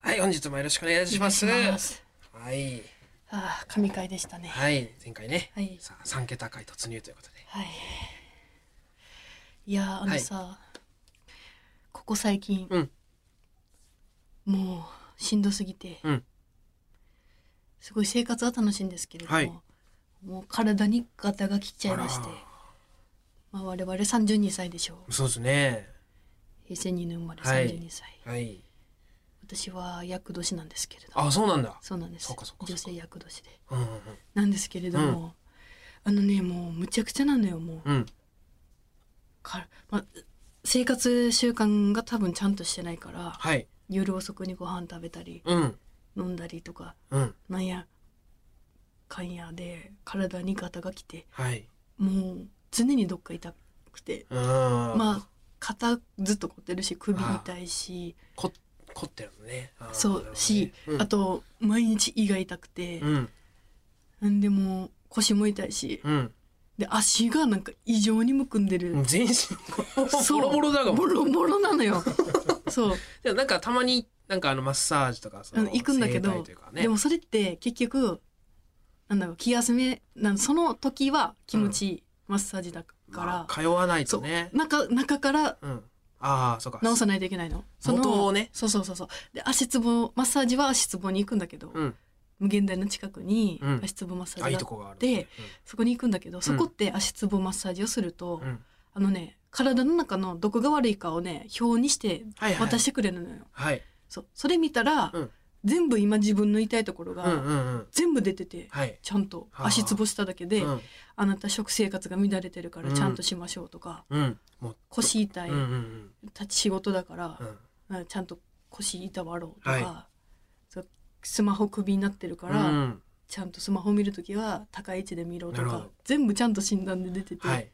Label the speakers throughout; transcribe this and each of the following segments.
Speaker 1: はい、本日もよろしくお願いします。はい、
Speaker 2: ああ、神回でしたね。
Speaker 1: はい、前回ね、
Speaker 2: はい
Speaker 1: さあ、三桁回突入ということで。
Speaker 2: はい。いやー、あのさ、ここ最近、
Speaker 1: うん
Speaker 2: もうしんどすぎて、
Speaker 1: うん
Speaker 2: すごい生活は楽しいんですけれども、
Speaker 1: はい
Speaker 2: もう体にガタが来ちゃいまして
Speaker 1: あら、
Speaker 2: まあ我々32歳でしょう。
Speaker 1: そうですね。
Speaker 2: 平成2年生まれ
Speaker 1: はい
Speaker 2: 32歳。
Speaker 1: はい。
Speaker 2: 私は厄年なんですけれども、
Speaker 1: あ、そうなんだ。
Speaker 2: そうなんです。
Speaker 1: そうかそうかそう
Speaker 2: 女
Speaker 1: か
Speaker 2: 性厄年で。
Speaker 1: うんうん
Speaker 2: なんですけれども、あのね、もうむちゃくちゃなのよ、もう。
Speaker 1: うん。うん。
Speaker 2: かまあ、生活習慣が多分ちゃんとしてないから
Speaker 1: はい。
Speaker 2: 夜遅くにご飯食べたり
Speaker 1: うん。
Speaker 2: 飲んだりとか
Speaker 1: うん。
Speaker 2: なんやかんやで体にガタが来て
Speaker 1: はい。
Speaker 2: もう常にどっか痛くて
Speaker 1: うん。ま
Speaker 2: まあ肩ずっと凝ってるし首痛いし
Speaker 1: こ、凝ってるのね。あー
Speaker 2: そうし、あ、と毎日胃が痛く
Speaker 1: なる
Speaker 2: て
Speaker 1: ほどねうん。
Speaker 2: なんでもう腰も痛いし
Speaker 1: うん。
Speaker 2: で足がなんか異常にむくんでる
Speaker 1: うん。全身、ボロボロだが
Speaker 2: ボロボロなのよ そう
Speaker 1: でもなんかたまに、なんかあの、マッサージとか、そ
Speaker 2: あ
Speaker 1: の
Speaker 2: の行くんだけど
Speaker 1: 整体というかね
Speaker 2: でもそれって結局なんだろう気休めなんその時は気持ちいい、マッサージだから、
Speaker 1: まあ通わない
Speaker 2: そ
Speaker 1: と
Speaker 2: う
Speaker 1: ね。
Speaker 2: 中中から
Speaker 1: うん。ああ、そうか。
Speaker 2: 直さないといけないのその
Speaker 1: 元をね
Speaker 2: そうそうそうそうで足つぼマッサージは足つぼに行くんだけど、
Speaker 1: うん。
Speaker 2: 無限大の近くに
Speaker 1: うん
Speaker 2: 足つぼマッサー
Speaker 1: あ、い
Speaker 2: ジ
Speaker 1: い
Speaker 2: があ
Speaker 1: と
Speaker 2: っ
Speaker 1: こがある。
Speaker 2: で、そこに行くんだけどそこって足つぼマッサージをすると、
Speaker 1: うん。うん
Speaker 2: あのね体の中のどこが悪いかをね表にして
Speaker 1: はいはい。
Speaker 2: 渡してくれるのよ、
Speaker 1: はい。
Speaker 2: そうそれ見たら、
Speaker 1: うん
Speaker 2: 全部今自分の痛いところ
Speaker 1: う
Speaker 2: が、
Speaker 1: んうんうん。
Speaker 2: 全部出てて、
Speaker 1: はい。
Speaker 2: ちゃんと
Speaker 1: はあ
Speaker 2: 足つぼしただけで、
Speaker 1: うん
Speaker 2: あなた食生活が乱れてるから
Speaker 1: うん
Speaker 2: ちゃんとしましょうとか、
Speaker 1: うん。もう、
Speaker 2: 腰痛い、
Speaker 1: うんうん
Speaker 2: 立ち仕事だから
Speaker 1: うん。う、ん
Speaker 2: うんちゃんと腰いたわろうとか、
Speaker 1: は
Speaker 2: そうスマホ首になってるから、
Speaker 1: うん
Speaker 2: ちゃんとスマホ見るときは高い位置で見ろと
Speaker 1: なるほ
Speaker 2: か
Speaker 1: ど
Speaker 2: 全部ちゃんと診断で出てて、
Speaker 1: はい。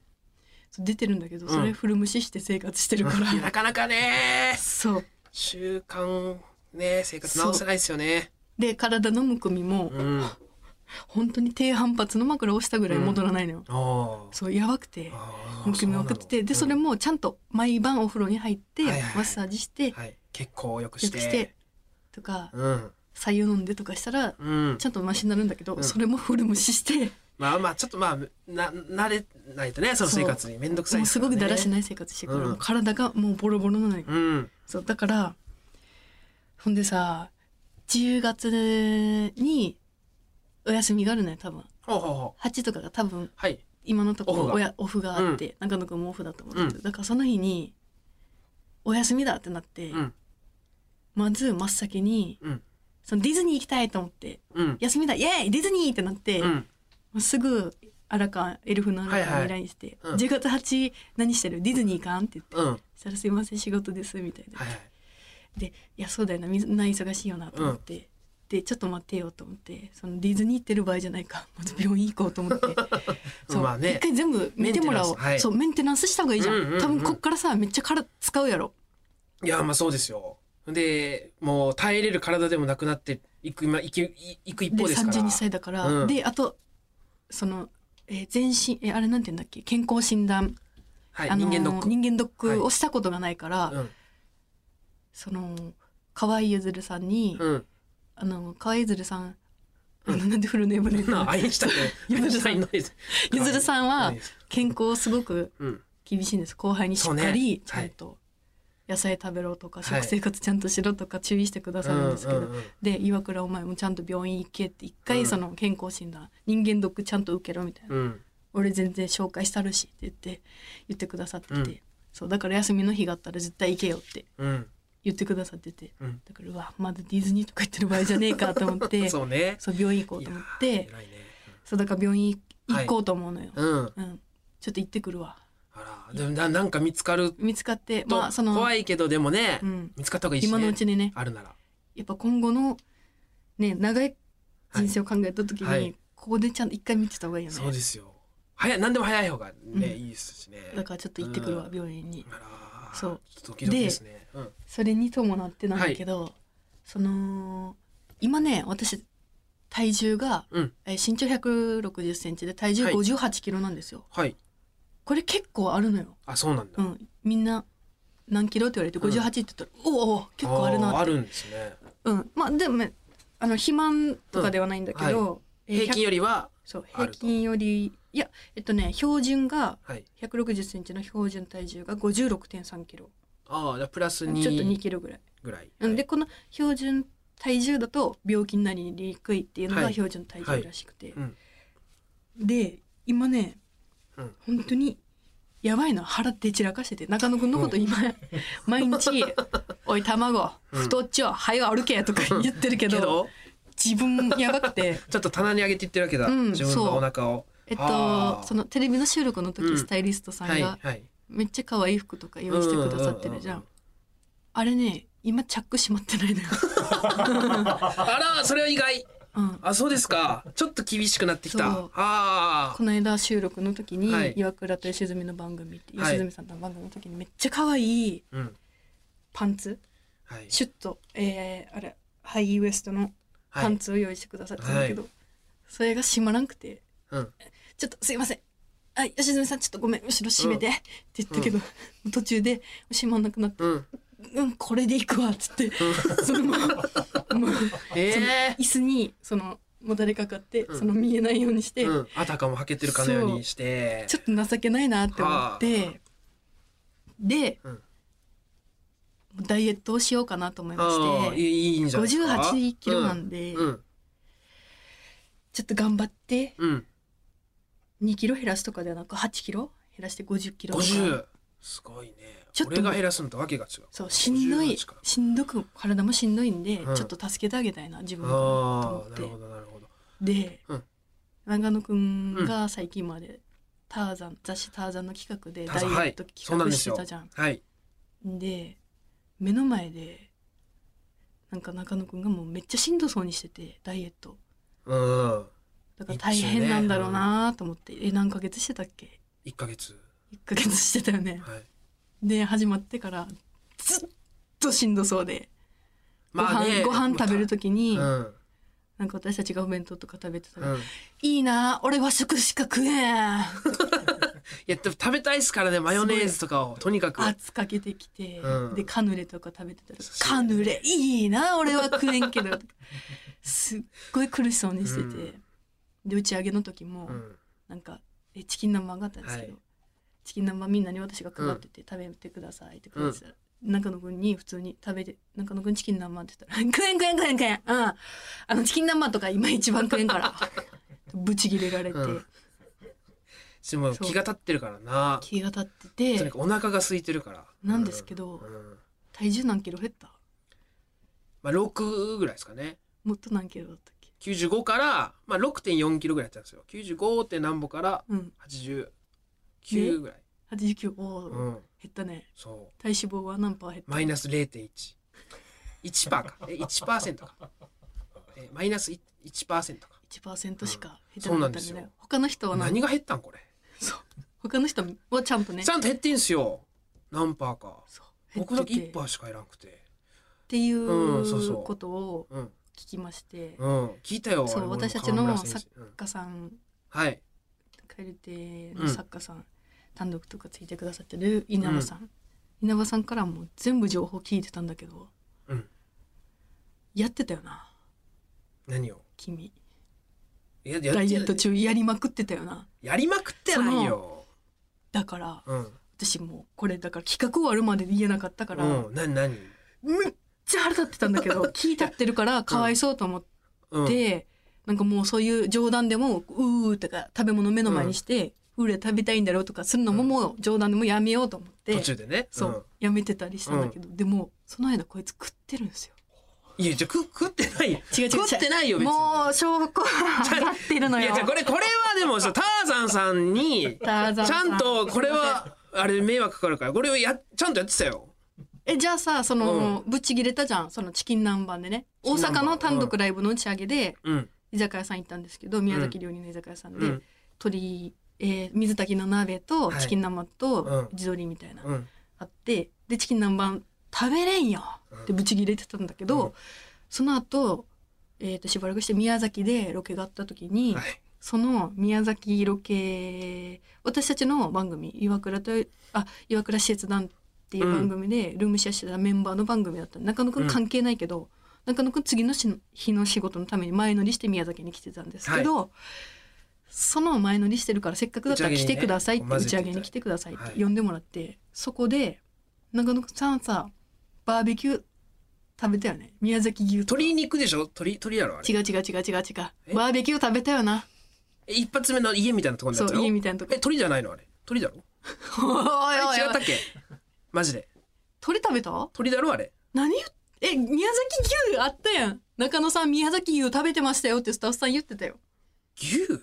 Speaker 2: そう出てるんだけど
Speaker 1: うん
Speaker 2: それ古無視して生活してるから、
Speaker 1: いやなかなかね、
Speaker 2: そう
Speaker 1: 習慣、ね、生活直せないですよね。
Speaker 2: で体のむくみも
Speaker 1: うん。
Speaker 2: 本当に低反発の枕を押したぐらい戻らないのよ、
Speaker 1: おー
Speaker 2: そうやばくて。
Speaker 1: あー
Speaker 2: むくみを送っててでそれ
Speaker 1: も、
Speaker 2: もちゃんと毎晩お風呂に入ってマ
Speaker 1: はいはいはい
Speaker 2: ッサージして
Speaker 1: はい。結構よくし
Speaker 2: よく
Speaker 1: て。
Speaker 2: してとか
Speaker 1: うん。
Speaker 2: 白湯飲んでとかしたら
Speaker 1: うん
Speaker 2: ち。ゃんとマシになるんだけど、
Speaker 1: うん
Speaker 2: それもフル無視して
Speaker 1: まあまあ、ちょっとまあ、な、慣れないとね、その生活にめんどくさい
Speaker 2: もう
Speaker 1: です
Speaker 2: す
Speaker 1: から
Speaker 2: ご
Speaker 1: ね
Speaker 2: くだらしない生活してるから、
Speaker 1: うん
Speaker 2: もう体がもうボロボロなのよ、
Speaker 1: うん。
Speaker 2: そうだからほんでさ10月にお休みがあるのよ多分
Speaker 1: ほうほうほう。
Speaker 2: 8とかが多分
Speaker 1: はい。
Speaker 2: 今のとこ
Speaker 1: オフ
Speaker 2: ろ
Speaker 1: が
Speaker 2: おやオフがあって、中野くんもオフだと思うんだけど、だからその日にお休みだってなって、
Speaker 1: うん。
Speaker 2: まず真っ先に
Speaker 1: うん。
Speaker 2: そのディズニー行きたいと思って
Speaker 1: うん。
Speaker 2: 休みだイエーイディズニーってなって、
Speaker 1: う
Speaker 2: も
Speaker 1: ん。
Speaker 2: うすぐ荒川エルフの荒川に LINE して「
Speaker 1: はいはいうん
Speaker 2: 10月8何してるディズニー行かん?」って言って
Speaker 1: うん。はい
Speaker 2: 「そしたらすいません仕事です」みたいな
Speaker 1: はい。
Speaker 2: 「でいやそうだよなみんな忙しいよな」と思って。でちょっと待ってよと思ってそのディズニー行ってる場合じゃないかまず病院行こうと思って そう、
Speaker 1: まあね
Speaker 2: 一回全部見てもらおう
Speaker 1: メンテナンスはい
Speaker 2: そうメンテナンスした方がいいじゃん,、
Speaker 1: うんうんうん
Speaker 2: 多分こっからさめっちゃから使うやろ
Speaker 1: いや、まあそうですよ。で、もう耐えれる体でもなくなっていく、今、いく、いいく一
Speaker 2: で
Speaker 1: 方ですから。
Speaker 2: 32歳だから、
Speaker 1: うん
Speaker 2: であとその、えー全身えーあれなんて言うんだっけ健康診断、
Speaker 1: はい、
Speaker 2: あのー
Speaker 1: 人間ドック。
Speaker 2: 人間ドックをしたことがないから、
Speaker 1: うん。
Speaker 2: その河合ゆずるさんに、
Speaker 1: うん。
Speaker 2: あの河合ゆずるさん、
Speaker 1: うん
Speaker 2: なんでフルネームで言うの
Speaker 1: なあ、アインシュタイン。
Speaker 2: ゆずるさん
Speaker 1: アイ ンシュタインのです。
Speaker 2: ゆずるさんは
Speaker 1: はい
Speaker 2: 健康をすごく
Speaker 1: うん。
Speaker 2: 厳しいんです後輩にしっかりち
Speaker 1: そう
Speaker 2: ゃ
Speaker 1: ねは
Speaker 2: ん
Speaker 1: い
Speaker 2: と野菜食べろとか、
Speaker 1: はい
Speaker 2: 食生活ちゃんとしろとか注意してくださるんですけど、
Speaker 1: うんうんうん
Speaker 2: で岩倉お前もちゃんと病院行けって一
Speaker 1: う
Speaker 2: 回
Speaker 1: ん
Speaker 2: その健康診断、人間ドックちゃんと受けろみたいな。
Speaker 1: うん。
Speaker 2: 俺全然紹介したるしって言って言ってくださってて、
Speaker 1: うん
Speaker 2: そうだから休みの日があったら絶対行けよって
Speaker 1: うん。
Speaker 2: 言ってくださってて
Speaker 1: うん。
Speaker 2: だからうわまだディズニーとか行ってる場合じゃねえかと思ってそう
Speaker 1: そうね。
Speaker 2: 病院行こうと思っ
Speaker 1: いやー
Speaker 2: て
Speaker 1: 偉いね。
Speaker 2: そうだから病院行こうと思うのよ、
Speaker 1: うん。うん
Speaker 2: うん、ちょっと行ってくるわ
Speaker 1: あら、でもななんか見つかる
Speaker 2: 見つかって
Speaker 1: と
Speaker 2: まあその
Speaker 1: 怖いけど、でもね
Speaker 2: う、ん、
Speaker 1: 見つかった方がいいしね。
Speaker 2: 今のうちにね
Speaker 1: あるなら。
Speaker 2: やっぱ今後のね長い人生を考えた時に、
Speaker 1: はいはい
Speaker 2: ここでちゃんと一回見てた方がいいよね
Speaker 1: そうですよ。早い、何でも早い方がね、
Speaker 2: うん
Speaker 1: いいですしね。
Speaker 2: だからちょっと行ってくるわ、
Speaker 1: うん
Speaker 2: 病院に
Speaker 1: あら、
Speaker 2: そう。
Speaker 1: ドキドキですね。うん。
Speaker 2: それに伴ってなんだけど、その今ね私体重が、
Speaker 1: うん
Speaker 2: えー身長1 6 0ンチで体重
Speaker 1: はい
Speaker 2: 5 8キロなんですよ、
Speaker 1: はい。
Speaker 2: これ結構あるのよ、
Speaker 1: あ、そうなん
Speaker 2: う
Speaker 1: だ。
Speaker 2: ん、みんな何キロって言われて58って言ったら、おお結構あるな
Speaker 1: ー
Speaker 2: っ
Speaker 1: あ
Speaker 2: て
Speaker 1: るんですね。
Speaker 2: うんまあでもあの肥満とかではないんだけど、えー
Speaker 1: 平均
Speaker 2: 100
Speaker 1: よりは、
Speaker 2: そう
Speaker 1: あ
Speaker 2: 平
Speaker 1: ると
Speaker 2: 均よりいやえっとね標準が
Speaker 1: はい。
Speaker 2: 1 6 0センチの標準体重が5 6 3キロ
Speaker 1: ああ、じゃあプラ
Speaker 2: ち
Speaker 1: ス
Speaker 2: ょっと2
Speaker 1: 2
Speaker 2: キロぐらい、
Speaker 1: ぐらい。
Speaker 2: うんでこの標準体重だと病気になりにくいっていうの
Speaker 1: は
Speaker 2: が
Speaker 1: い
Speaker 2: 標準体重らしくて、
Speaker 1: うん
Speaker 2: で今ね、
Speaker 1: うん
Speaker 2: 本当にやばいの腹で散らかしてて中野くんのこ と今、毎日「おい卵
Speaker 1: うん
Speaker 2: 太っちょ早よ歩け」とか言ってるけ
Speaker 1: け
Speaker 2: ど
Speaker 1: ど、
Speaker 2: 自分やばくて
Speaker 1: ちょっと棚に上げていってるわけだ。
Speaker 2: うん
Speaker 1: 自分のお腹を。
Speaker 2: えっ
Speaker 1: あー
Speaker 2: とそのテレビの収録
Speaker 1: う
Speaker 2: の
Speaker 1: ん
Speaker 2: 時スタイリストさ
Speaker 1: は
Speaker 2: ん
Speaker 1: い、
Speaker 2: が
Speaker 1: はい。
Speaker 2: めっちゃ可愛い服とか用意してくださってるじゃん。あれね今チャック閉まっ てないのよ、
Speaker 1: あら、それは意外。
Speaker 2: うん、
Speaker 1: あ、そうですか。ちょっと厳しくなってきた。
Speaker 2: そ
Speaker 1: あ
Speaker 2: う
Speaker 1: あ
Speaker 2: こ。の間収録の時に、
Speaker 1: はい
Speaker 2: 岩倉と良純の番組って良
Speaker 1: はい
Speaker 2: 純さんとの番組の時にめっちゃ可愛い
Speaker 1: うん。
Speaker 2: パンツ
Speaker 1: はい。
Speaker 2: シュッと、えー、あれハイウエストの
Speaker 1: は
Speaker 2: パ
Speaker 1: い
Speaker 2: ン。ツを用意してくださったんだけど、それが閉まらんくて
Speaker 1: うん。
Speaker 2: 「ちょっとすいませんあ吉住さんちょっとごめん後ろ閉めて」って言ったけど、途中で閉まんなくなって
Speaker 1: うん。
Speaker 2: 「うんこれでいくわ」っつって、そのままもう
Speaker 1: ええ
Speaker 2: 椅子にそのもたれかかって、
Speaker 1: うん
Speaker 2: その見えないようにして、
Speaker 1: うん。あたかも履けてるかのようにして。
Speaker 2: ちょっと情けないなって思ってで、
Speaker 1: うん
Speaker 2: ダイエットをしようかなと思いま
Speaker 1: あ
Speaker 2: し
Speaker 1: あ、
Speaker 2: て
Speaker 1: いいいいんじゃないですか。
Speaker 2: 58キロなんで、
Speaker 1: うん。
Speaker 2: ちょっと頑張って。
Speaker 1: うん。
Speaker 2: 2キロ減らすとかではなく8キロ減らして50キロと
Speaker 1: 五
Speaker 2: か
Speaker 1: 十。すごいね。
Speaker 2: ちょっと
Speaker 1: 俺が減らすのとわけが違う。
Speaker 2: そうしんど
Speaker 1: 50
Speaker 2: い
Speaker 1: の力
Speaker 2: しんどく体もしんどいんで、
Speaker 1: うん
Speaker 2: ちょっと助けてあげたいな自分の
Speaker 1: あ
Speaker 2: と
Speaker 1: あ、な
Speaker 2: 思っ
Speaker 1: る
Speaker 2: て
Speaker 1: ほど、なるほど。
Speaker 2: で、
Speaker 1: うん
Speaker 2: 長野くんが最近までターザン雑誌「ターザン」の企画で
Speaker 1: ター
Speaker 2: ダ
Speaker 1: ザン
Speaker 2: イエット
Speaker 1: はいそう
Speaker 2: 企
Speaker 1: なん
Speaker 2: 画
Speaker 1: で
Speaker 2: し
Speaker 1: す
Speaker 2: て
Speaker 1: よ
Speaker 2: たじゃん。
Speaker 1: はい。
Speaker 2: で目の前でなんか中野くんがもうめっちゃしんどそうにしててダイエット
Speaker 1: うん。
Speaker 2: だから大変なんだろうなと思って、え何ヶ月してたっけ
Speaker 1: 一ヶ月。
Speaker 2: 1ヶ月してたよね
Speaker 1: はい。
Speaker 2: で始まってからずっとしんどそうで、
Speaker 1: まあね
Speaker 2: ご飯ご飯食べる時に、
Speaker 1: うん。
Speaker 2: なんか私たちがお弁当とか食べてたら
Speaker 1: う
Speaker 2: 「
Speaker 1: ん。い
Speaker 2: いいな俺和食しか食えん!」
Speaker 1: や、でも食べたいですからね、マヨネーズとかを、とにかく。
Speaker 2: 圧かけてきて、
Speaker 1: うん
Speaker 2: でカヌレとか食べてたら
Speaker 1: そう
Speaker 2: 「カヌレいいな俺は食えんけど」すっごい苦しそうにしてて、
Speaker 1: うん
Speaker 2: で打ち上げの時も、
Speaker 1: うん。
Speaker 2: なんかえチキン南蛮があったんですけど、
Speaker 1: はい
Speaker 2: チキン南蛮みんなに私が配ってて、食べてくださいって配ってたら、中野くんに普通に食べて中野くんチキン南蛮って言ったら「食えん食えん食えん食えんうんあのチキン南蛮とか今一番食え んから」ブチギレられて、
Speaker 1: うんでも
Speaker 2: そう
Speaker 1: 気が立ってるからな。
Speaker 2: 気が立って
Speaker 1: とに
Speaker 2: て
Speaker 1: かくお腹が空いてるから。
Speaker 2: なんですけど
Speaker 1: うんうん
Speaker 2: 体重何キロ減った
Speaker 1: まあ、6ぐらいですかね。
Speaker 2: もっと何キロだったっけ
Speaker 1: 95から、まあ、6.4キロぐらいやったんですよ。95点何歩から
Speaker 2: うん
Speaker 1: 89
Speaker 2: ね
Speaker 1: ぐらい。
Speaker 2: 89おお、
Speaker 1: うん。
Speaker 2: 減ったね
Speaker 1: そう。
Speaker 2: 体脂肪は何パー減った
Speaker 1: マイナス0.1。1%か。え、1%か。え、マイナスい1%か。
Speaker 2: 1%しか減って
Speaker 1: そうな
Speaker 2: なんか
Speaker 1: で
Speaker 2: った
Speaker 1: す
Speaker 2: んだ
Speaker 1: よ
Speaker 2: ね、他の人は何
Speaker 1: 何が減ったんこれ。
Speaker 2: 他の人はちゃんとね
Speaker 1: ちゃんと減ってんすよ。何パーか。
Speaker 2: そう減
Speaker 1: 僕だけ
Speaker 2: って
Speaker 1: 1
Speaker 2: てっ
Speaker 1: パーしか減らんくて。
Speaker 2: てい
Speaker 1: うんそうそうう
Speaker 2: ことを
Speaker 1: うん。
Speaker 2: 聞きまして
Speaker 1: う、ん。聞いたよ。
Speaker 2: そ
Speaker 1: あ
Speaker 2: う
Speaker 1: れ
Speaker 2: 私たちの
Speaker 1: 俺も河村選手うん
Speaker 2: 作家さん
Speaker 1: はい。
Speaker 2: 蛙亭の作家さん、単独とかついてくださってる稲葉さん、稲葉さんからも全部情報聞いてたんだけど、
Speaker 1: うん
Speaker 2: やってたよな
Speaker 1: 何を
Speaker 2: 君
Speaker 1: いやや
Speaker 2: ダイエット中やりまくってたよな
Speaker 1: やりまくってないよ。
Speaker 2: だから
Speaker 1: うん。
Speaker 2: 私もうこれだから企画終わるまで言えなかったから、
Speaker 1: うん。何何
Speaker 2: めっちゃ腹立ってたんだ けど聞いたってるからかわいそうと思っ
Speaker 1: うん。
Speaker 2: て、なんかもうそういう冗談でも「うー」とか食べ物目の前にして「うーれ食べたいんだろ」うとかするのも
Speaker 1: うん
Speaker 2: もう冗談でもやめようと思って、
Speaker 1: 途中でね。
Speaker 2: そう、
Speaker 1: ん。
Speaker 2: やめてたりしたんだけど、でもその間こいつ食ってるんですよ。
Speaker 1: いや、じゃあ食食ってないよ。
Speaker 2: 違う違う違う
Speaker 1: 食ってないよ、別に。
Speaker 2: もう証拠は上がってるの
Speaker 1: い
Speaker 2: よ。
Speaker 1: や、じゃあこれ、これはでもさ、ターザンさんに、ち
Speaker 2: ターザン
Speaker 1: ゃ
Speaker 2: さ
Speaker 1: んと、これは、あれ、迷惑かかるから、これをや、ちゃんとやってたよ。
Speaker 2: えじゃあさその、ぶっちぎれたじゃんそのチキン南蛮でね
Speaker 1: チキン
Speaker 2: 大
Speaker 1: 南蛮
Speaker 2: 阪の単独ライブの打ち上げで
Speaker 1: うん。
Speaker 2: 居酒屋さん行ったんですけど宮崎料理の居酒屋さんで、
Speaker 1: うん。
Speaker 2: 鶏、えー水炊きの鍋と
Speaker 1: はい
Speaker 2: チキン南蛮
Speaker 1: うん
Speaker 2: と地鶏みたいな、
Speaker 1: うん。
Speaker 2: あってでチキン南蛮食べれんよってブチギレてたんだけど、
Speaker 1: うん
Speaker 2: その後、えー、としばらくして宮崎でロケがあった時に、
Speaker 1: はい。
Speaker 2: その宮崎ロケ私たちの番組岩倉とあ岩倉施設団っていう番組でルームシェアしてたメンバーの番組だった中野くん関係ないけど、中野くん次のし日の仕事のために前乗りして宮崎に来てたんですけど、その前乗りしてるからせっかくだったら来てくださいって打
Speaker 1: 打ち
Speaker 2: ち
Speaker 1: 上げ
Speaker 2: 上げ
Speaker 1: にね
Speaker 2: に来てくださいっ
Speaker 1: はい
Speaker 2: て呼んでもらって、そこで中野くんさんさバーベキュー食べたよね宮崎牛とか
Speaker 1: 鶏肉でしょ鶏鶏だろあれ
Speaker 2: 違う違う違う違う違う
Speaker 1: え
Speaker 2: バーベキュー食べたよな
Speaker 1: え一発目の家みたいなところの
Speaker 2: そ
Speaker 1: やつだ
Speaker 2: う
Speaker 1: ろ
Speaker 2: 家
Speaker 1: え
Speaker 2: みたいなとこ
Speaker 1: 鶏じゃないのあれ鳥だろ
Speaker 2: お
Speaker 1: あ
Speaker 2: い
Speaker 1: れ
Speaker 2: おい
Speaker 1: 違
Speaker 2: お
Speaker 1: っ
Speaker 2: い
Speaker 1: たっけマジで
Speaker 2: 鳥食べた
Speaker 1: 鳥だろあれ
Speaker 2: 何言っえ宮崎牛あったやん中野さん宮崎牛食べてましたよってスタッフさん言ってたよ
Speaker 1: 牛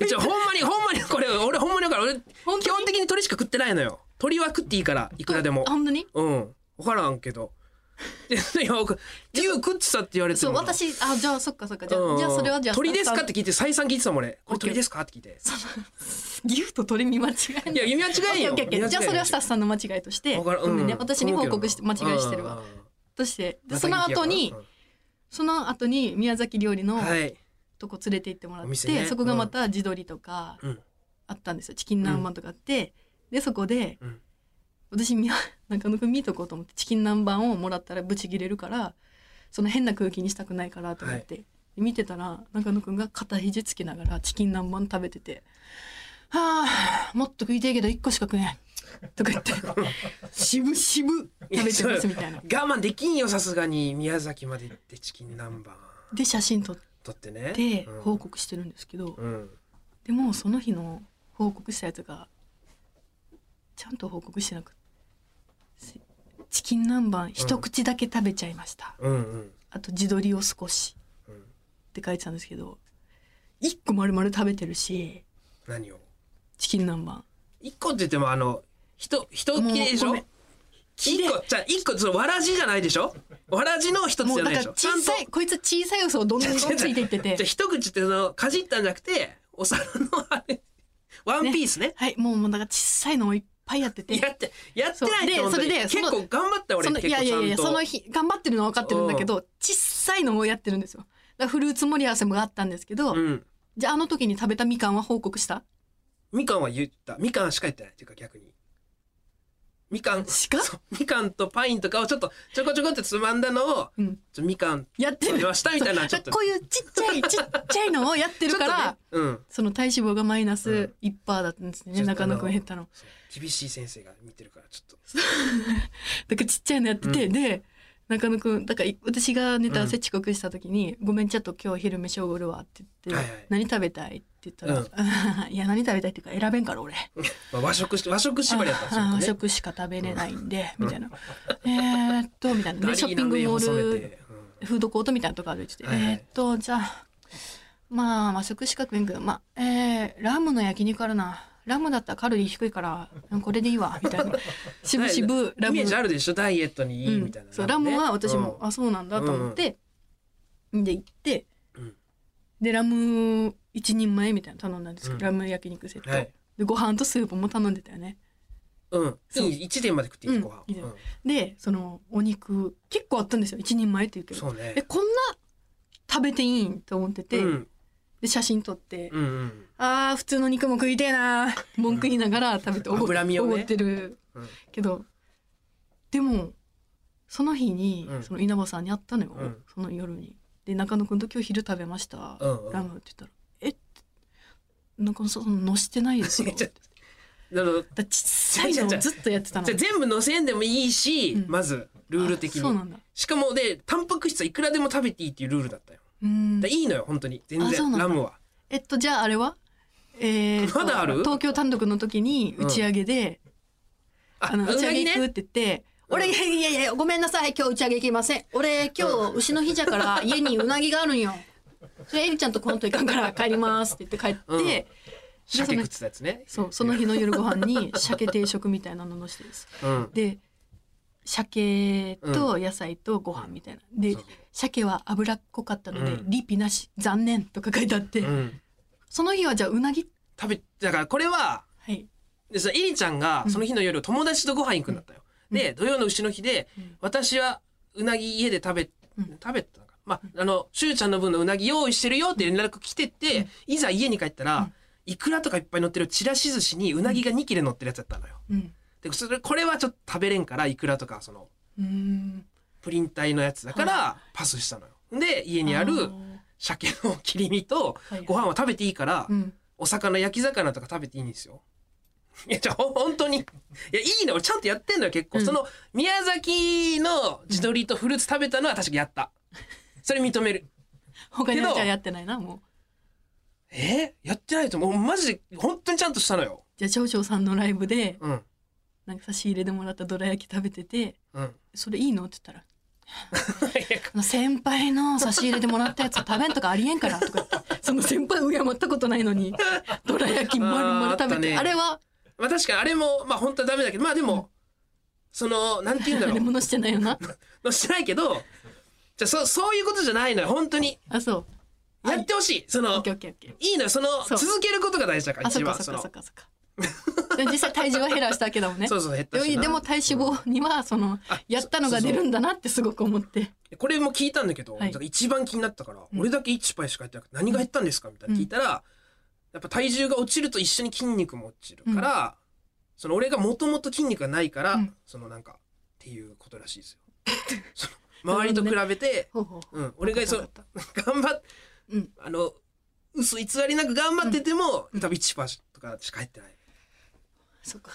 Speaker 1: えちょほんまにほんまにこれ俺ほんまにだから俺
Speaker 2: 本当に
Speaker 1: 基本的に鶏しか食ってないのよ鳥は食っていいからいくらでも
Speaker 2: あ本当に
Speaker 1: うん分からんけどでいや僕牛食ってたって言われて
Speaker 2: そう
Speaker 1: も
Speaker 2: 私あじゃあそっかそっかじゃあ、
Speaker 1: うん
Speaker 2: じゃあそれはじゃあ
Speaker 1: 鳥ですかってて聞いて再三聞いてたもん俺これ
Speaker 2: オッケー
Speaker 1: 鳥ですかって聞いて
Speaker 2: 牛と鳥見間違え
Speaker 1: いや夢は違いよ
Speaker 2: オッケーオッケーじゃあそれはスタッフさんの間違いとして
Speaker 1: わから
Speaker 2: ごめんね
Speaker 1: うん
Speaker 2: 私に報告して間違いしてる
Speaker 1: うんう
Speaker 2: わ
Speaker 1: んうん
Speaker 2: としてで
Speaker 1: ま
Speaker 2: そ
Speaker 1: た
Speaker 2: の
Speaker 1: 元気や
Speaker 2: 後
Speaker 1: から
Speaker 2: にその後に宮崎料理
Speaker 1: う
Speaker 2: の
Speaker 1: んはい
Speaker 2: とこ連れて行ってもら
Speaker 1: お
Speaker 2: って、
Speaker 1: 店ね
Speaker 2: そこがまた地鶏とか
Speaker 1: うん
Speaker 2: あったんですよ、チキン南蛮とかあって、でそこで、
Speaker 1: うん
Speaker 2: 私み 中野くん見とこうと思ってチキン南蛮をもらったらブチ切れるからその変な空気にしたくないからと思って、見てたら中野くんが肩肘つきながらチキン南蛮食べてて「はあもっと食いたいけど1個しか食えん」とか言 って「渋々食べてます」みたいな。
Speaker 1: 我慢できんよさすがに宮崎まで行ってチキン南蛮
Speaker 2: で写真撮っ
Speaker 1: 取ってね
Speaker 2: て
Speaker 1: うん
Speaker 2: 報告してるんですけど、
Speaker 1: うん
Speaker 2: でもその日の報告したやつがちゃんと報告してなくせチキン南蛮一口だけ食べちゃいました、
Speaker 1: うんうん
Speaker 2: あと地鶏を少し
Speaker 1: うん
Speaker 2: って書いてたんですけど一個丸々食べてるし
Speaker 1: 何を
Speaker 2: チキン南蛮
Speaker 1: 一個って言ってもあの一一切れでし
Speaker 2: もうご
Speaker 1: ょ
Speaker 2: めん切れ
Speaker 1: 一個じゃあ一個そのわらじじゃないでしょわらじの一つ
Speaker 2: も
Speaker 1: じ
Speaker 2: う
Speaker 1: ゃ
Speaker 2: だ
Speaker 1: な
Speaker 2: か
Speaker 1: い
Speaker 2: ら
Speaker 1: でしょちゃ
Speaker 2: 小
Speaker 1: んと
Speaker 2: さいこいつ小さい嘘をどんどんどんどんついていって
Speaker 1: じゃあ
Speaker 2: て
Speaker 1: 一口ってそのかじったんじゃなくてお皿のあれワンピースね
Speaker 2: はいもうもうだから小さいのをいっぱいやってて
Speaker 1: やってやってないって
Speaker 2: そ
Speaker 1: 本
Speaker 2: うで
Speaker 1: 当に
Speaker 2: それでそ
Speaker 1: 結
Speaker 2: の
Speaker 1: 構頑張った俺
Speaker 2: その
Speaker 1: 結
Speaker 2: い
Speaker 1: 構ちゃ
Speaker 2: や
Speaker 1: んと
Speaker 2: いやいやその日頑張ってるのは分かってるんだけど小さいのをやってるんですよだからフルーツ盛り合わせもあったんですけど、
Speaker 1: うん
Speaker 2: じゃああの時に食べたみかんは報告した
Speaker 1: みかんは言った。みかんしか言ってない。っていうか逆に。みかん、
Speaker 2: しか
Speaker 1: そうみかんとパインとかをちょっとちょこちょこってつまんだのを、
Speaker 2: うん
Speaker 1: ちょみかん
Speaker 2: やって
Speaker 1: 食べ
Speaker 2: る
Speaker 1: ましたみたいな、ちょっと。
Speaker 2: こういうちっち ゃいちっちゃいのをやってるか
Speaker 1: ちょ
Speaker 2: ら、
Speaker 1: っとね、うん。
Speaker 2: その体脂肪がマイナス1%だったんですね、
Speaker 1: うん
Speaker 2: 中野くん減ったの
Speaker 1: そう厳しい先生が見てるから、ちょっと。
Speaker 2: だからちっちゃいのやってて、
Speaker 1: う
Speaker 2: で中野くんだからい私がネタ合わせ遅刻した時に「ごめんちょっと今日昼飯おごるわ」って言って「
Speaker 1: はいはい
Speaker 2: 何食べたい?」って言ったら「
Speaker 1: うん
Speaker 2: いや何食べたい?」っていうか選べんから俺。
Speaker 1: まあ、和食し、和食縛りだったんです
Speaker 2: ああ
Speaker 1: よ、
Speaker 2: 和
Speaker 1: ね。
Speaker 2: 食しか食べれないんで、
Speaker 1: うん
Speaker 2: みたいな。えーっと、みたい な。で、ショッピングモールフードコートみたいなとこ歩いてて、
Speaker 1: はいはい
Speaker 2: えーっとじゃあまあ和食しか食えんけどまあえー、ラムの焼肉あるなラムだったらカロリー低いからうんこれでいいわみたい なしぶしぶ
Speaker 1: ラ
Speaker 2: ラ
Speaker 1: イ
Speaker 2: ム
Speaker 1: メージあるでしょダイエットにいいみたいな、
Speaker 2: うん、そうラムは私も、あそうなんだと思って、で行って、
Speaker 1: うん
Speaker 2: でラム一人前みたいなの頼んだんですけど、
Speaker 1: うん
Speaker 2: ラム焼肉セット、
Speaker 1: はい
Speaker 2: でご飯とスープも頼んでたよね
Speaker 1: うん、う
Speaker 2: そ
Speaker 1: ん、
Speaker 2: う
Speaker 1: いい一点まで食っていい、
Speaker 2: うん
Speaker 1: ご飯、
Speaker 2: いいね
Speaker 1: うん
Speaker 2: でそのお肉結構あったんですよ一人前って言うけど
Speaker 1: そうね
Speaker 2: えこんな食べていいんと思ってて、
Speaker 1: うん
Speaker 2: で写真撮って、
Speaker 1: うんうん
Speaker 2: あー普通の肉も食いてえなー文句言いながら食べておご
Speaker 1: 脂身をね
Speaker 2: おごってる
Speaker 1: うん
Speaker 2: けどでもその日に、
Speaker 1: うん
Speaker 2: その稲葉さんに会ったのよ、
Speaker 1: うん
Speaker 2: その夜に。で中野くんと今日昼食べました、
Speaker 1: うんうん
Speaker 2: ラムって言ったら「え中野さんそののしてないです よ」
Speaker 1: ちょっ
Speaker 2: だ
Speaker 1: なるほど
Speaker 2: からちっさいのをずっとやってたの
Speaker 1: じゃあ全部のせんでもいいし、
Speaker 2: うん
Speaker 1: まずルール的
Speaker 2: あそう
Speaker 1: に
Speaker 2: なんだ
Speaker 1: しかもでタンパク質はいくらでも食べていいっていうルールだったよ、
Speaker 2: うん
Speaker 1: だからいいのよ本当に全
Speaker 2: あそうなん
Speaker 1: 然
Speaker 2: だ
Speaker 1: ラムは
Speaker 2: えっとじゃああれはえーと
Speaker 1: まだある
Speaker 2: 東京単独の時に打ち上げで、
Speaker 1: あ
Speaker 2: あの打
Speaker 1: う
Speaker 2: ち
Speaker 1: な
Speaker 2: 上
Speaker 1: ぎ
Speaker 2: げ行くっ
Speaker 1: ね
Speaker 2: て言って、
Speaker 1: うん
Speaker 2: 俺いやいやいやごめんなさい今日打ち上げ行きません俺今日牛の日じゃ から家にうなぎがあるんよそれエリちゃんとこのといかんから帰りますって言って帰って、
Speaker 1: うん
Speaker 2: で
Speaker 1: 鮭食ってたやつね
Speaker 2: そうその日の夜ご飯に鮭定食みたいなののしてです
Speaker 1: うん
Speaker 2: で鮭と野菜とご飯みたいな、で
Speaker 1: そう
Speaker 2: 鮭は脂っこかったので、
Speaker 1: うん
Speaker 2: リピなし残念とか書いてあって、
Speaker 1: そううん
Speaker 2: その日はじゃあうなぎ
Speaker 1: 食べだからこれは
Speaker 2: はい
Speaker 1: でそのエリちゃんがその日の夜友達とご飯行くんだったよ、
Speaker 2: うん
Speaker 1: で土曜の牛の日で、
Speaker 2: うん
Speaker 1: 私はうなぎ家で食べ、
Speaker 2: うん
Speaker 1: 食べたのかまああのしゅうちゃんの分のうなぎ用意してるよって連絡来てて、いざ家に帰ったら、
Speaker 2: うん
Speaker 1: いくらとかいっぱい乗ってるちらし寿司にうなぎが2切れ乗ってるやつだったのよ
Speaker 2: うん
Speaker 1: でそれこれはちょっと食べれんからいくらとかその
Speaker 2: うーん
Speaker 1: プリン体のやつだからパスしたのよ。で家にある鮭の切り身と
Speaker 2: はい
Speaker 1: ご飯は食べていいから
Speaker 2: うん
Speaker 1: お魚焼き魚とか食べていいんですよ。 いやじゃあほん本当にいやいいの俺ちゃんとやってんのよ結構、
Speaker 2: うん
Speaker 1: その宮崎の地鶏とフルーツ食べたのは確かやったそれ認める
Speaker 2: 他に
Speaker 1: けど
Speaker 2: じゃあやってないなもう
Speaker 1: えやってないと思うマジで本当にちゃんとしたのよ
Speaker 2: じゃあ長々さんのライブで
Speaker 1: うん
Speaker 2: なんか差し入れでもらったどら焼き食べてて
Speaker 1: うん
Speaker 2: 「それいいの?」って言ったら「あの先輩の差し入れでもらったやつ食べんとかありえんから」とか言ってその先輩敬ったことないのにどら焼き丸々食べてあ,、
Speaker 1: あーあったね
Speaker 2: れは
Speaker 1: まあ確かにあれもまあ本当はダメだけどまあでも、そのなんて言うんだ
Speaker 2: あ
Speaker 1: ろ
Speaker 2: れ
Speaker 1: う
Speaker 2: 物してないよな
Speaker 1: のしてないけどじゃあそそういうことじゃないのよ本当に
Speaker 2: あそう
Speaker 1: やってほしいそ
Speaker 2: オッ
Speaker 1: の
Speaker 2: ケーオッケーオッケー
Speaker 1: いいのよその
Speaker 2: そう
Speaker 1: 続けることが大事だから
Speaker 2: あそ
Speaker 1: 一
Speaker 2: っか
Speaker 1: 番
Speaker 2: そっ
Speaker 1: そ
Speaker 2: か
Speaker 1: の
Speaker 2: そっかそっかで実際体重は減らしたわけだもんね
Speaker 1: そうそう減ったし
Speaker 2: で
Speaker 1: な
Speaker 2: も体脂肪にはその
Speaker 1: あ
Speaker 2: やったのが出るんだなってすごく思って
Speaker 1: これも聞いたんだけど、
Speaker 2: はい
Speaker 1: だから一番気になったから、
Speaker 2: うん
Speaker 1: 俺だけ1杯しかやってなくて何が減ったんですかみたいな聞いたら、やっぱ体重が落ちると一緒に筋肉も落ちるから、その俺がもともと筋肉がないから、
Speaker 2: うん
Speaker 1: そのなんかっていうことらしいですよ。 その周りと比べて、
Speaker 2: ほうほう
Speaker 1: うん、俺がそ
Speaker 2: わ
Speaker 1: う
Speaker 2: かっ
Speaker 1: 頑張っ、
Speaker 2: うん
Speaker 1: あの嘘偽りなく頑張ってても、多分1%とかしか入ってない。
Speaker 2: たそっか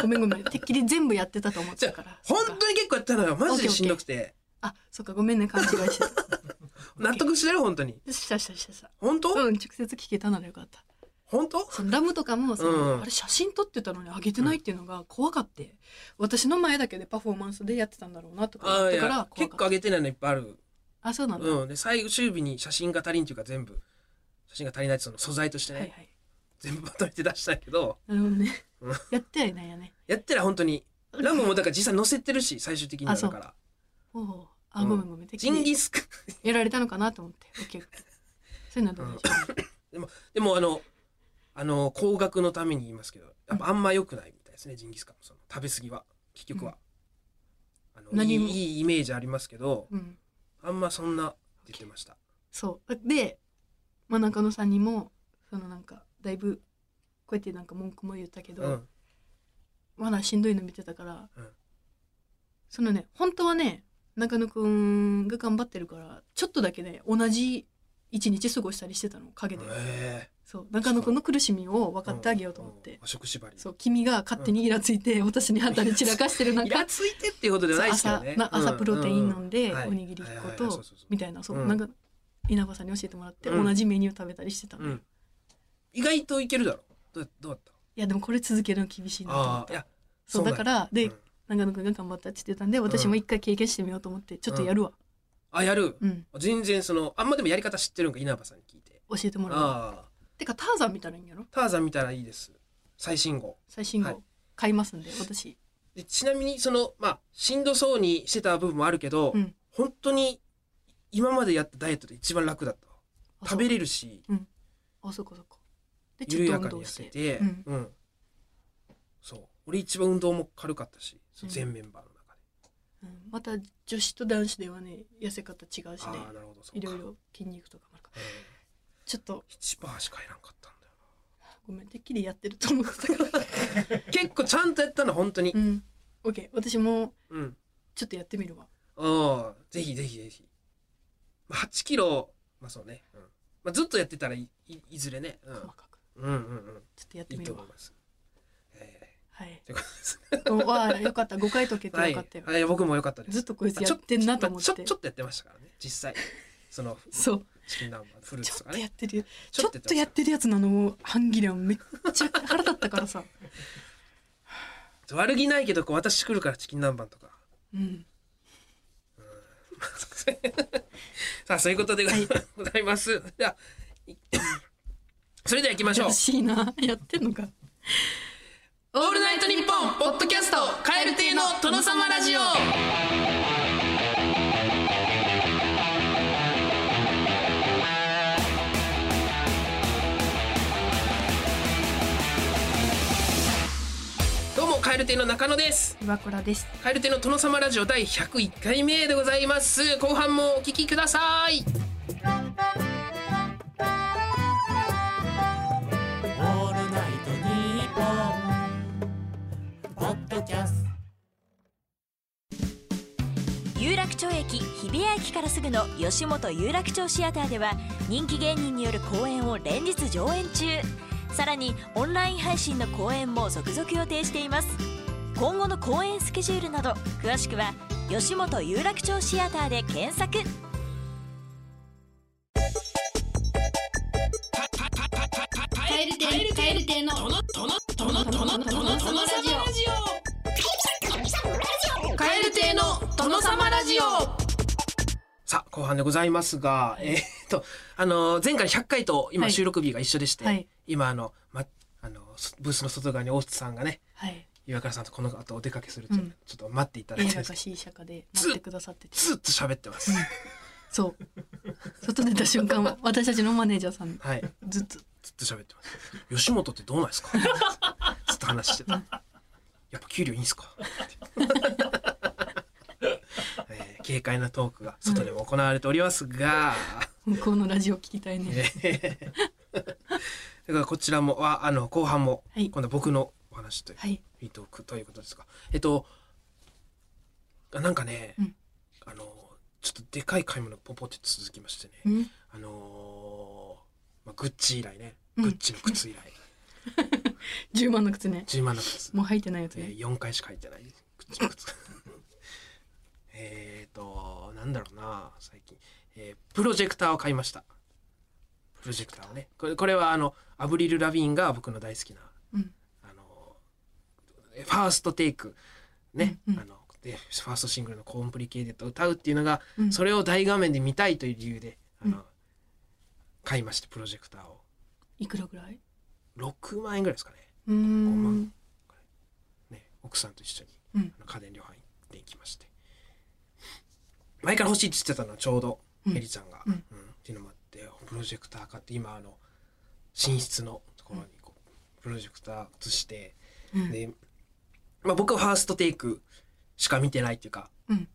Speaker 2: ごめんごめんてっきり全部やってたと思ってたから
Speaker 1: 本
Speaker 2: そっか
Speaker 1: 当に結構やったのよマジでしんどくて
Speaker 2: あそっかごめんね勘違いしてた
Speaker 1: 納得してる本当に
Speaker 2: したしたしたした
Speaker 1: 本当、
Speaker 2: うん直接聞けたならよかった
Speaker 1: 本当
Speaker 2: そのラムとかもその、
Speaker 1: うん
Speaker 2: あれ写真撮ってたのに上げてないっていうのが怖かって、私の前だけでパフォーマンスでやってたんだろうなとか
Speaker 1: あ
Speaker 2: 思っ
Speaker 1: ーい
Speaker 2: てから
Speaker 1: や
Speaker 2: 怖
Speaker 1: 結
Speaker 2: かっ
Speaker 1: 構
Speaker 2: た
Speaker 1: 上げてないのいっぱいある。
Speaker 2: あそうなんだ、は
Speaker 1: うん、で最終日に写真が足りんというか全部写真が足りないってその素材として
Speaker 2: い
Speaker 1: ね、
Speaker 2: はい
Speaker 1: 全部まとめて出したけど
Speaker 2: なるほどね
Speaker 1: うん
Speaker 2: やってはいないよね
Speaker 1: やったら本当にラムもだから実際載せてるし最終的には
Speaker 2: あ
Speaker 1: だ
Speaker 2: そう
Speaker 1: から
Speaker 2: おうあ、
Speaker 1: うん
Speaker 2: ごめんごめんてっ
Speaker 1: ジ
Speaker 2: き
Speaker 1: ン
Speaker 2: り
Speaker 1: ギスカン
Speaker 2: やられたのかなと思ってオッケーオッケーそういうのはどうでしょう、
Speaker 1: でもあのあの高額のために言いますけどやっぱあんま良くないみたいですね、ジンギスカンもその食べ過ぎは結局は、あのい
Speaker 2: 何も
Speaker 1: いいいイメージありますけど
Speaker 2: うん、
Speaker 1: あんまそんなって言ってました
Speaker 2: そうで、まあ、中野さんにもそのなんかだいぶこうやってなんか文句も言ったけど、
Speaker 1: うん
Speaker 2: まだしんどいの見てたから、
Speaker 1: うん
Speaker 2: そのね本当はね中野くんが頑張ってるからちょっとだけね同じ一日過ごしたりしてたの陰で、
Speaker 1: え
Speaker 2: そう中野くんの苦しみを分かってあげようと思って、
Speaker 1: お食縛り
Speaker 2: そう君が勝手にイラついて、私に肌に散らかしてる
Speaker 1: イ
Speaker 2: 中
Speaker 1: ラついてっていうことではないですけど
Speaker 2: 朝
Speaker 1: ね
Speaker 2: な朝プロテイン飲んで
Speaker 1: はい
Speaker 2: おにぎり1個
Speaker 1: はいはいはいそ
Speaker 2: と
Speaker 1: うそうそう
Speaker 2: みたいなそう
Speaker 1: うん
Speaker 2: なんか稲葉さんに教えてもらって
Speaker 1: うん
Speaker 2: 同じメニュー食べたりしてたの、
Speaker 1: うん意外といけるだろどうどうだった
Speaker 2: いやでもこれ続けるの厳しいなと思っ
Speaker 1: ああーい
Speaker 2: た
Speaker 1: や
Speaker 2: そうだからで、
Speaker 1: うん
Speaker 2: 長野くんが頑張ったって言ってたんで私も一回経験してみようと思ってちょっとやるわ、
Speaker 1: あやる
Speaker 2: うん、
Speaker 1: 全然そのあんまでもやり方知ってるんか稲葉さんに聞いて
Speaker 2: 教えてもらうわ
Speaker 1: ああ
Speaker 2: てかターザン見たらいいんやろ
Speaker 1: ターザン見たらいいです最新号
Speaker 2: 最新
Speaker 1: はい
Speaker 2: 号買いますんで、私
Speaker 1: でちなみにそのまあしんどそうにしてた部分もあるけど、
Speaker 2: うん
Speaker 1: 本当に今までやったダイエットで一番楽だった
Speaker 2: あ
Speaker 1: 食べれるし
Speaker 2: そうあそこそこでち
Speaker 1: 緩
Speaker 2: ょ
Speaker 1: や
Speaker 2: っと
Speaker 1: か
Speaker 2: 運
Speaker 1: に
Speaker 2: 動
Speaker 1: 痩
Speaker 2: し
Speaker 1: せ
Speaker 2: て
Speaker 1: て
Speaker 2: うん
Speaker 1: うん、そう俺一番運動も軽かったし、
Speaker 2: うん
Speaker 1: 全メンバーの中で
Speaker 2: うんまた女子と男子ではね痩せ方違うしね
Speaker 1: ああなるほどそう
Speaker 2: い
Speaker 1: か
Speaker 2: ろいろ筋肉とかもあるから
Speaker 1: うん
Speaker 2: ちょっと
Speaker 1: 1%しかいらんかったんだよ
Speaker 2: ごめんてっきりやってると 思ってたから
Speaker 1: な結構ちゃんとやったの本当に
Speaker 2: うん。オッケー。私も
Speaker 1: うん
Speaker 2: ちょっとやってみるわ。
Speaker 1: ああ、ぜひぜひぜひ。まあ、8キロ、まあそうね。うんまあ、ずっとやってたらいいいずれね、うん。
Speaker 2: 細かく。
Speaker 1: うんうん
Speaker 2: ちょっとやっ
Speaker 1: う
Speaker 2: て
Speaker 1: ん。い
Speaker 2: み
Speaker 1: いと
Speaker 2: る
Speaker 1: 思
Speaker 2: わ
Speaker 1: い。ます。え
Speaker 2: はい
Speaker 1: ー、。ということです。
Speaker 2: おわあ、よかった。5回解けて
Speaker 1: はい。
Speaker 2: よかったよ。
Speaker 1: はい、僕も良かったです。
Speaker 2: ずっとこいつ
Speaker 1: まあち
Speaker 2: や
Speaker 1: ょ
Speaker 2: ってんなと思っ
Speaker 1: まあち
Speaker 2: て
Speaker 1: ょ。ちょっとやってましたからね、実際。その、
Speaker 2: そう。
Speaker 1: チキン南蛮、フルー
Speaker 2: ちょ
Speaker 1: ツと
Speaker 2: っ
Speaker 1: か
Speaker 2: とや
Speaker 1: ね。
Speaker 2: ってる。
Speaker 1: ち
Speaker 2: ち
Speaker 1: ょ
Speaker 2: ょ
Speaker 1: っとやって
Speaker 2: っ
Speaker 1: た
Speaker 2: とやってるやつなの、半切れはめっちゃ腹立ったからさ。
Speaker 1: 悪気ないけど、こう、私来るからチキン南蛮とか。
Speaker 2: うん。
Speaker 1: さあ、そういうことで
Speaker 2: はい
Speaker 1: ございます。では、いそれでは行きましょう
Speaker 2: 楽。しいな。やってんのか。
Speaker 1: オールナイトニッポンポッドキャスト蛙亭の殿様ラジオどうも蛙亭の中野です
Speaker 2: 岩倉です。
Speaker 1: 蛙亭の殿様ラジオ第101回目でございます後半もお聞きください
Speaker 3: オールナイトニッポン」ポッドキャスト
Speaker 4: 有楽町駅日比谷駅からすぐの吉本有楽町シアターでは人気芸人による公演を連日上演中さらにオンライン配信の公演も続々予定しています今後の公演スケジュールなど詳しくは吉本有楽町シアターで検索
Speaker 2: カエル亭カエル亭のトノトノトノトノトノトノラジオカエル亭の殿様ラジオ
Speaker 1: さあ後半でございますが、えーっとあの前回100回と今
Speaker 2: はい
Speaker 1: 収録日が一緒でして、
Speaker 2: はい
Speaker 1: 今あの,、ま、あのそブースの外側に大津さんがね
Speaker 2: はい
Speaker 1: 岩倉さんとこの後お出かけするという、
Speaker 2: うん
Speaker 1: ちょっと待っていただい
Speaker 2: 映
Speaker 1: て
Speaker 2: 画
Speaker 1: ます
Speaker 2: か C 社かで待ってくださってて
Speaker 1: ずっと喋ってます。
Speaker 2: そう外出た瞬間は私たちのマネージャーさん
Speaker 1: はい
Speaker 2: ずっと
Speaker 1: ずっと喋ってます。吉本ってどうなんですか。ずっと話してた。やっぱ給料いいんすか。えー軽快なトークが外でも行われておりますが。
Speaker 2: 向こうのラジオ聞きたいね
Speaker 1: えーだからこちらもはあの後半も、
Speaker 2: はい
Speaker 1: 今度は僕のお話という、
Speaker 2: はい
Speaker 1: フリートークということですが、えっとあなんかね、
Speaker 2: うん
Speaker 1: あのちょっとでかい買い物がポンポンって続きましてね、
Speaker 2: うん
Speaker 1: あのーまあ、グッチ以来ね、
Speaker 2: うん
Speaker 1: グッチの靴以来
Speaker 2: 10万の靴ね
Speaker 1: 10万の靴、
Speaker 2: もう入ってないやつ
Speaker 1: え
Speaker 2: ね
Speaker 1: ー、4回しか履いてないグッチの靴 えっとなんだろうな最近、えープロジェクターを買いましたプロジェクターをねこれこれはあのアブリル・ラビーンが僕の大好きな
Speaker 2: うん
Speaker 1: あのえファーストテイクね、
Speaker 2: うんうん
Speaker 1: あのでファーストシングルの「コンプリケイテッド」を歌うっていうのが、
Speaker 2: うん
Speaker 1: それを大画面で見たいという理由であの、
Speaker 2: うん
Speaker 1: 買いましたプロジェクターを
Speaker 2: いくらぐらい
Speaker 1: 6万円ぐらいですかね
Speaker 2: うーん
Speaker 1: ね奥さんと一緒に、
Speaker 2: うん
Speaker 1: あの家電量販店行きまして前から欲しいって言ってたのはちょうど
Speaker 2: うん
Speaker 1: エリちゃんが、
Speaker 2: うん
Speaker 1: っていうのもあってプロジェクター買って今あの寝室のところにこう、プロジェクター映して、
Speaker 2: うん
Speaker 1: で、まあ、僕はファーストテイクしか見てないっていうか、
Speaker 2: うん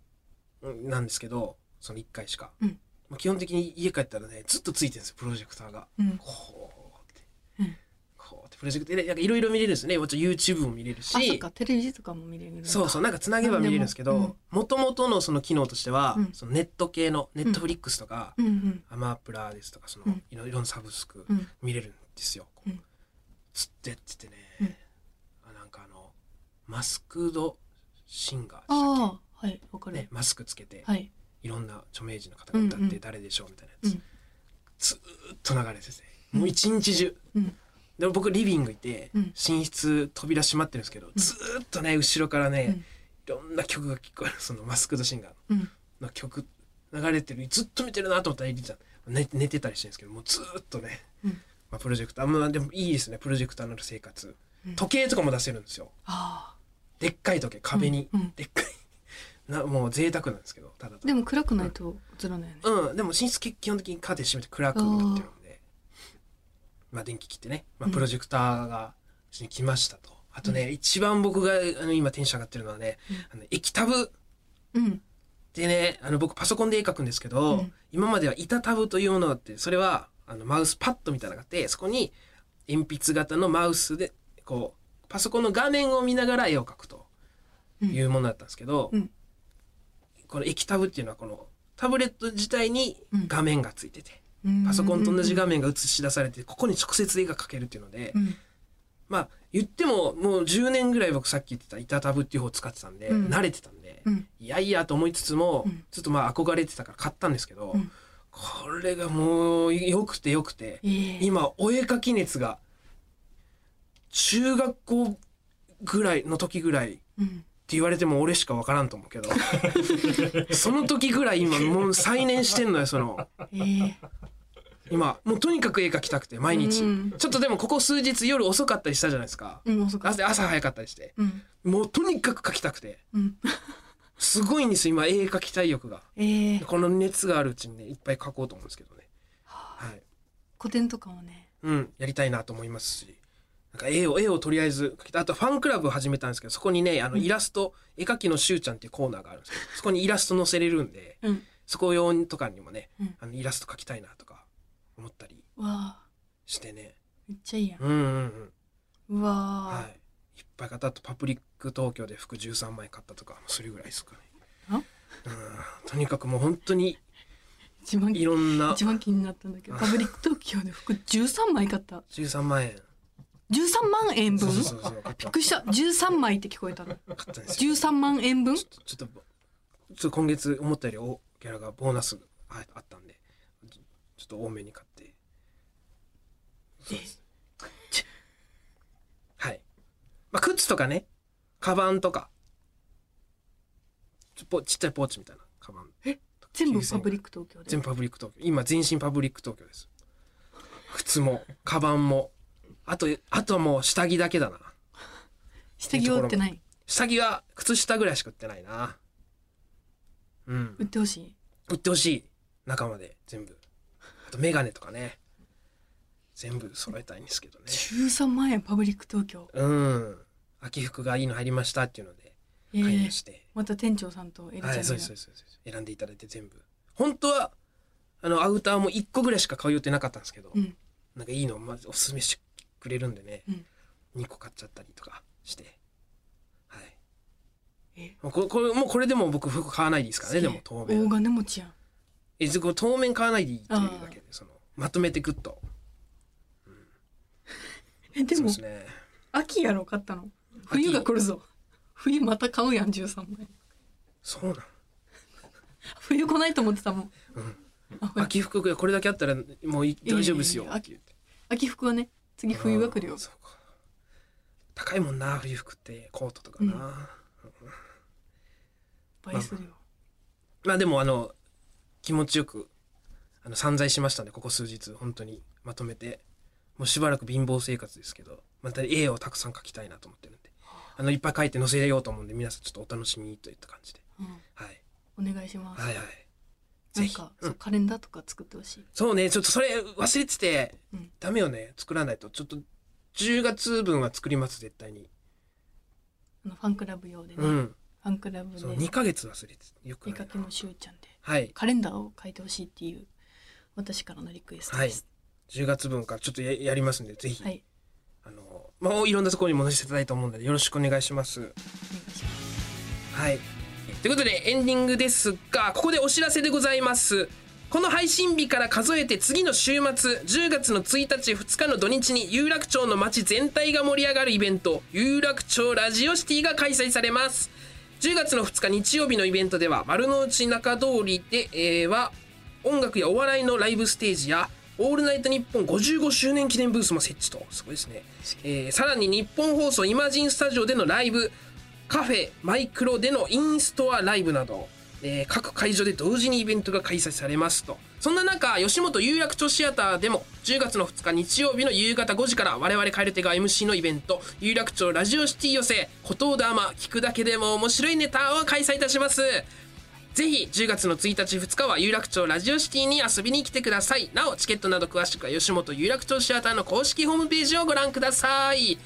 Speaker 1: うんなんですけどその1回しか、
Speaker 2: うん
Speaker 1: まあ、基本的に家帰ったらねずっとついてるんですよプロジェクターが。
Speaker 2: うん
Speaker 1: こう
Speaker 2: う
Speaker 1: って
Speaker 2: ん、
Speaker 1: こうってプロジェクターでなんかいろいろ見れるんですよねもちろん YouTube も見れるし
Speaker 2: あそっかテレビとかも見れるぐらい
Speaker 1: そうそうなんかつなげば見れるんですけ
Speaker 2: なんでも
Speaker 1: どもともとのその機能としては、
Speaker 2: うん
Speaker 1: そのネット系のネットフリックスとか、
Speaker 2: うんうん
Speaker 1: アマプラですとかその、
Speaker 2: うん
Speaker 1: いろいろなサブスク
Speaker 2: うん
Speaker 1: 見れるんですよ。こう
Speaker 2: うん
Speaker 1: つってってってね、
Speaker 2: うん
Speaker 1: あなんかあのマスクドシンガーでしたっ
Speaker 2: ああはいわか
Speaker 1: け、
Speaker 2: る
Speaker 1: ね、マスクつけて、、
Speaker 2: はいい
Speaker 1: ろんな著名人の方が歌
Speaker 2: うん
Speaker 1: っ
Speaker 2: う
Speaker 1: て
Speaker 2: ん
Speaker 1: 誰でしょうみたいなやつ、
Speaker 2: うん
Speaker 1: ずーっと流れててもう一日中、
Speaker 2: うん
Speaker 1: で僕リビングいて、
Speaker 2: うん
Speaker 1: 寝室扉閉まってるんですけど、ずーっとね後ろからね、
Speaker 2: うん
Speaker 1: いろんな曲が聞こえるそのマスクドシンガー
Speaker 2: うん
Speaker 1: の曲流れてるずっと見てるなと思ったらエリちゃん寝寝てたりしてるんですけどもうずーっとね、
Speaker 2: うん
Speaker 1: まあ、プロジェクターまあでもいいですねプロジェクターの生活、
Speaker 2: うん
Speaker 1: 時計とかも出せるんですよ
Speaker 2: あ
Speaker 1: でっかい時計壁に、
Speaker 2: うんうん
Speaker 1: でっかいなもう贅沢なんですけどただ
Speaker 2: あ
Speaker 1: た
Speaker 2: で
Speaker 1: だ
Speaker 2: も暗くないと映らないよね
Speaker 1: うんでも寝室基本的にカーテン閉めて暗くなってるんでまあ電気切ってね、まあ、
Speaker 2: うん
Speaker 1: プロジェクターがうちに来ましたと、あとね一番僕があの今テンション上がってるのはね、あの液タブ
Speaker 2: うん
Speaker 1: でね、あの僕パソコンで絵描くんですけど、
Speaker 2: うん
Speaker 1: 今までは板タブというものがあって、それはあのマウスパッドみたいなのがあって、そこに鉛筆型のマウスで、こう、パソコンの画面を見ながら絵を描くというものだったんですけど、
Speaker 2: うん
Speaker 1: この液タブっていうのはこのタブレット自体に
Speaker 2: うん
Speaker 1: 画面がついてて、
Speaker 2: うん
Speaker 1: パソコンと同じ画面が映し出されて、ここに直接絵が描けるっていうので、
Speaker 2: うん
Speaker 1: まあ言ってももう10年ぐらい僕さっき言ってた板タブっていう方を使ってたんで、
Speaker 2: うん
Speaker 1: 慣れてたんで、
Speaker 2: うん
Speaker 1: いやいやと思いつつも、
Speaker 2: うん
Speaker 1: ちょっとまあ憧れてたから買ったんですけど、
Speaker 2: うん
Speaker 1: これがもう良くて良くて、
Speaker 2: ええ
Speaker 1: 今お絵描き熱が中学校ぐらいの時ぐらい
Speaker 2: うん
Speaker 1: って言われても俺しか分からんと思うけ どその時ぐらい今もう再燃してんのよその
Speaker 2: ええ
Speaker 1: 今もうとにかく絵描きたくて毎日、
Speaker 2: うん
Speaker 1: ちょっとでもここ数日夜遅かったりしたじゃないですか、
Speaker 2: うん遅かった
Speaker 1: 朝朝早かったりして
Speaker 2: うん
Speaker 1: もうとにかく描きたくて
Speaker 2: うん
Speaker 1: すごいんですよ今絵描きたい欲が。
Speaker 2: ええ
Speaker 1: この熱があるうちにねいっぱい書こうと思うんですけどね、はい
Speaker 2: 古典とかもね
Speaker 1: うん、やりたいなと思いますしなんか絵を絵をとりあえず描きたいあとファンクラブを始めたんですけどそこにねあのイラスト、絵描きのしゅうちゃんっていうコーナーがあるんですけどそこにイラスト載せれるんで
Speaker 2: うん
Speaker 1: そこ用にとかにもね、
Speaker 2: うん
Speaker 1: あのイラスト描きたいなとか思ったり
Speaker 2: わあ
Speaker 1: してね
Speaker 2: めっちゃいいやん
Speaker 1: うんうんうん
Speaker 2: う
Speaker 1: は
Speaker 2: わ
Speaker 1: いいっぱい買ったあとパプリック東京で服13枚買ったとかそれぐらいですかね
Speaker 2: あ
Speaker 1: とにかくもう本当に
Speaker 2: 一番
Speaker 1: いろん な
Speaker 2: 一番気になったんだけどパブリック東京で服13枚買った
Speaker 1: 13万円
Speaker 2: 13万円
Speaker 1: そ
Speaker 2: 分
Speaker 1: う
Speaker 2: び
Speaker 1: そう
Speaker 2: っ
Speaker 1: そうそう買った
Speaker 2: くりした13枚って聞こえたの
Speaker 1: 買ったん ですよ
Speaker 2: 13万円分
Speaker 1: ちょっとちょっと今月思ったよりおギャラがボーナスああったんでちょちょっと多めに買ってそうです
Speaker 2: ち
Speaker 1: はい、まあ、靴とかねカバンとかちょポちっちゃいポーチみたいなカバン
Speaker 2: 全部パブリック東京
Speaker 1: 全
Speaker 2: で
Speaker 1: 部パブリック東京今全身パブリック東京です靴もカバンもあとあともう下着だけだな
Speaker 2: 下着を売ってない
Speaker 1: 下着は靴下ぐらいしか売ってないなうん
Speaker 2: 売ってほしい
Speaker 1: 売ってほしい仲間で全部あとメガネとかね全部揃えたいんですけどね
Speaker 2: 13万円パブリック東京
Speaker 1: うん秋服がいいの入りましたっていうので
Speaker 2: え
Speaker 1: 買い
Speaker 2: え
Speaker 1: まして、
Speaker 2: また店長さんとエリちゃ
Speaker 1: は
Speaker 2: ん
Speaker 1: いそう
Speaker 2: が
Speaker 1: ですそうですそうです選んでいただいて全部本当はあのアウターも1個ぐらいしか買う予定なかったんですけど、
Speaker 2: うん
Speaker 1: なんかいいのをまずおすすめしてくれるんでね、
Speaker 2: うん
Speaker 1: 2個買っちゃったりとかしてはい
Speaker 2: え
Speaker 1: もうここれもうこれでも僕服買わないでいいですからねでも当面
Speaker 2: 大金持ちやん
Speaker 1: えずこう当面買わないでいいっていうだけでそのまとめてグッと
Speaker 2: えで
Speaker 1: そう
Speaker 2: も
Speaker 1: ですね
Speaker 2: 秋やろ買ったの冬が来るぞ冬また買うやん13万円
Speaker 1: そうなん
Speaker 2: 冬来ないと思ってたもん、
Speaker 1: ん
Speaker 2: あほら
Speaker 1: 秋服がこれだけあったらもうい
Speaker 2: いやいやいや
Speaker 1: 大丈夫ですよって言って
Speaker 2: 秋服はね次冬が来る
Speaker 1: う
Speaker 2: よ
Speaker 1: んそうか高いもんな冬服ってコートとかな、
Speaker 2: うん倍するよ
Speaker 1: まあでもあの気持ちよくあの散財しましたねここ数日本当にまとめてもうしばらく貧乏生活ですけどまた絵をたくさん描きたいなと思ってるんであのいっぱい描いて載せようと思うんで皆さんちょっとお楽しみにといった感じで、はい、
Speaker 2: うん、お願いします、
Speaker 1: はいはい
Speaker 2: な
Speaker 1: ぜ
Speaker 2: ん
Speaker 1: ひ
Speaker 2: か、
Speaker 1: う
Speaker 2: そうんカレンダーとか作ってほしい
Speaker 1: そうねちょっとそれ忘れてて、
Speaker 2: うん
Speaker 1: ダメよね作らないとちょっと10月分は作ります絶対に
Speaker 2: あのファンクラブ用でね、
Speaker 1: う
Speaker 2: フ
Speaker 1: ん
Speaker 2: ァンクラブで
Speaker 1: そう2ヶ月忘れてたよく
Speaker 2: 見
Speaker 1: ない
Speaker 2: か
Speaker 1: な
Speaker 2: けのしゅうちゃんで
Speaker 1: はい
Speaker 2: カレンダーを書いてほしいっていう私からのリクエストです
Speaker 1: 10月分からちょっとややりますんでぜひ、
Speaker 2: はい、
Speaker 1: あのまあいろんなところに戻していただいたと思うんでよろしくお願いします
Speaker 2: お願いします
Speaker 1: はい。ということでエンディングですがここでお知らせでございます。この配信日から数えて次の週末10月の1日2日の土日に有楽町の街全体が盛り上がるイベント有楽町ラジオシティが開催されます10月の2日日曜日のイベントでは丸の内中通りで、えーは音楽やお笑いのライブステージや「オールナイトニッポン」55周年記念ブースも設置とすごいですね、えーさらに日本放送イマジンスタジオでのライブカフェマイクロでのインストアライブなど、えー各会場で同時にイベントが開催されますとそんな中吉本有楽町シアターでも10月の2日日曜日の夕方5時から我々蛙亭が MC のイベント「有楽町ラジオシティ寄せ小峠玉聞くだけでも面白いネタ」を開催いたしますぜひ10月の1日2日は有楽町ラジオシティに遊びに来てくださいなおチケットなど詳しくは吉本有楽町シアターの公式ホームページをご覧ください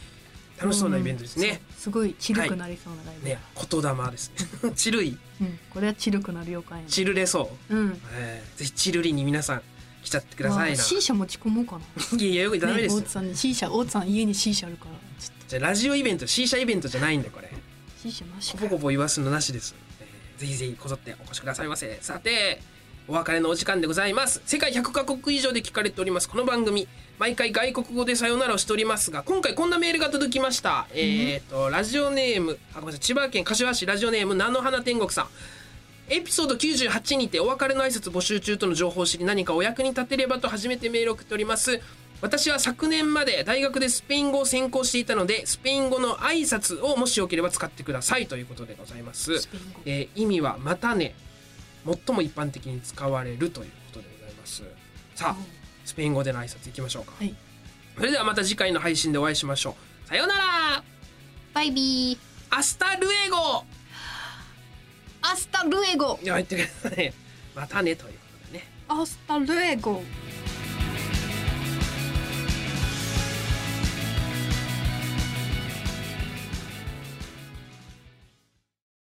Speaker 1: 楽しそうなイベントですね、
Speaker 2: そうすごいチルくなりそうなライブ、
Speaker 1: ね言霊ですね チルい
Speaker 2: うん、これはチルくなる予感やね
Speaker 1: チルれそう、
Speaker 2: うん
Speaker 1: えーぜひチルリに皆さん来ちゃってください
Speaker 2: まあ
Speaker 1: な、
Speaker 2: シーシャ持ち込もうかな
Speaker 1: いやいやよくダメですよ、
Speaker 2: ね大津さんにシーシャ大津さん家にシーシャあるからちょっ
Speaker 1: じゃあラジオイベント C 社イベントじゃないんだこれ
Speaker 2: とシーシャなし
Speaker 1: コ
Speaker 2: か
Speaker 1: ポコポ言わすのなしです、えーぜひぜひこぞってお越しくださいませさてお別れのお時間でございます世界100カ国以上で聞かれておりますこの番組毎回外国語でさよならをしておりますが今回こんなメールが届きました、えーとラジオネームあごめんなさい千葉県柏市ラジオネーム菜の花天国さんエピソード98にてお別れの挨拶募集中との情報を知り何かお役に立てればと初めてメールを送っております私は昨年まで大学でスペイン語を専攻していたのでスペイン語の挨拶をもしよければ使ってくださいということでございます
Speaker 2: スペイン語
Speaker 1: えー意味は「またね」最も一般的に使われるということでございますさあスペイン語での挨拶いきましょうか、
Speaker 2: はい
Speaker 1: それではまた次回の配信でお会いしましょうさようなら
Speaker 2: バイビー
Speaker 1: アスタルエゴ
Speaker 2: アスタルエゴ
Speaker 1: いや言ってくださいまたねということでね
Speaker 2: アスタルエゴ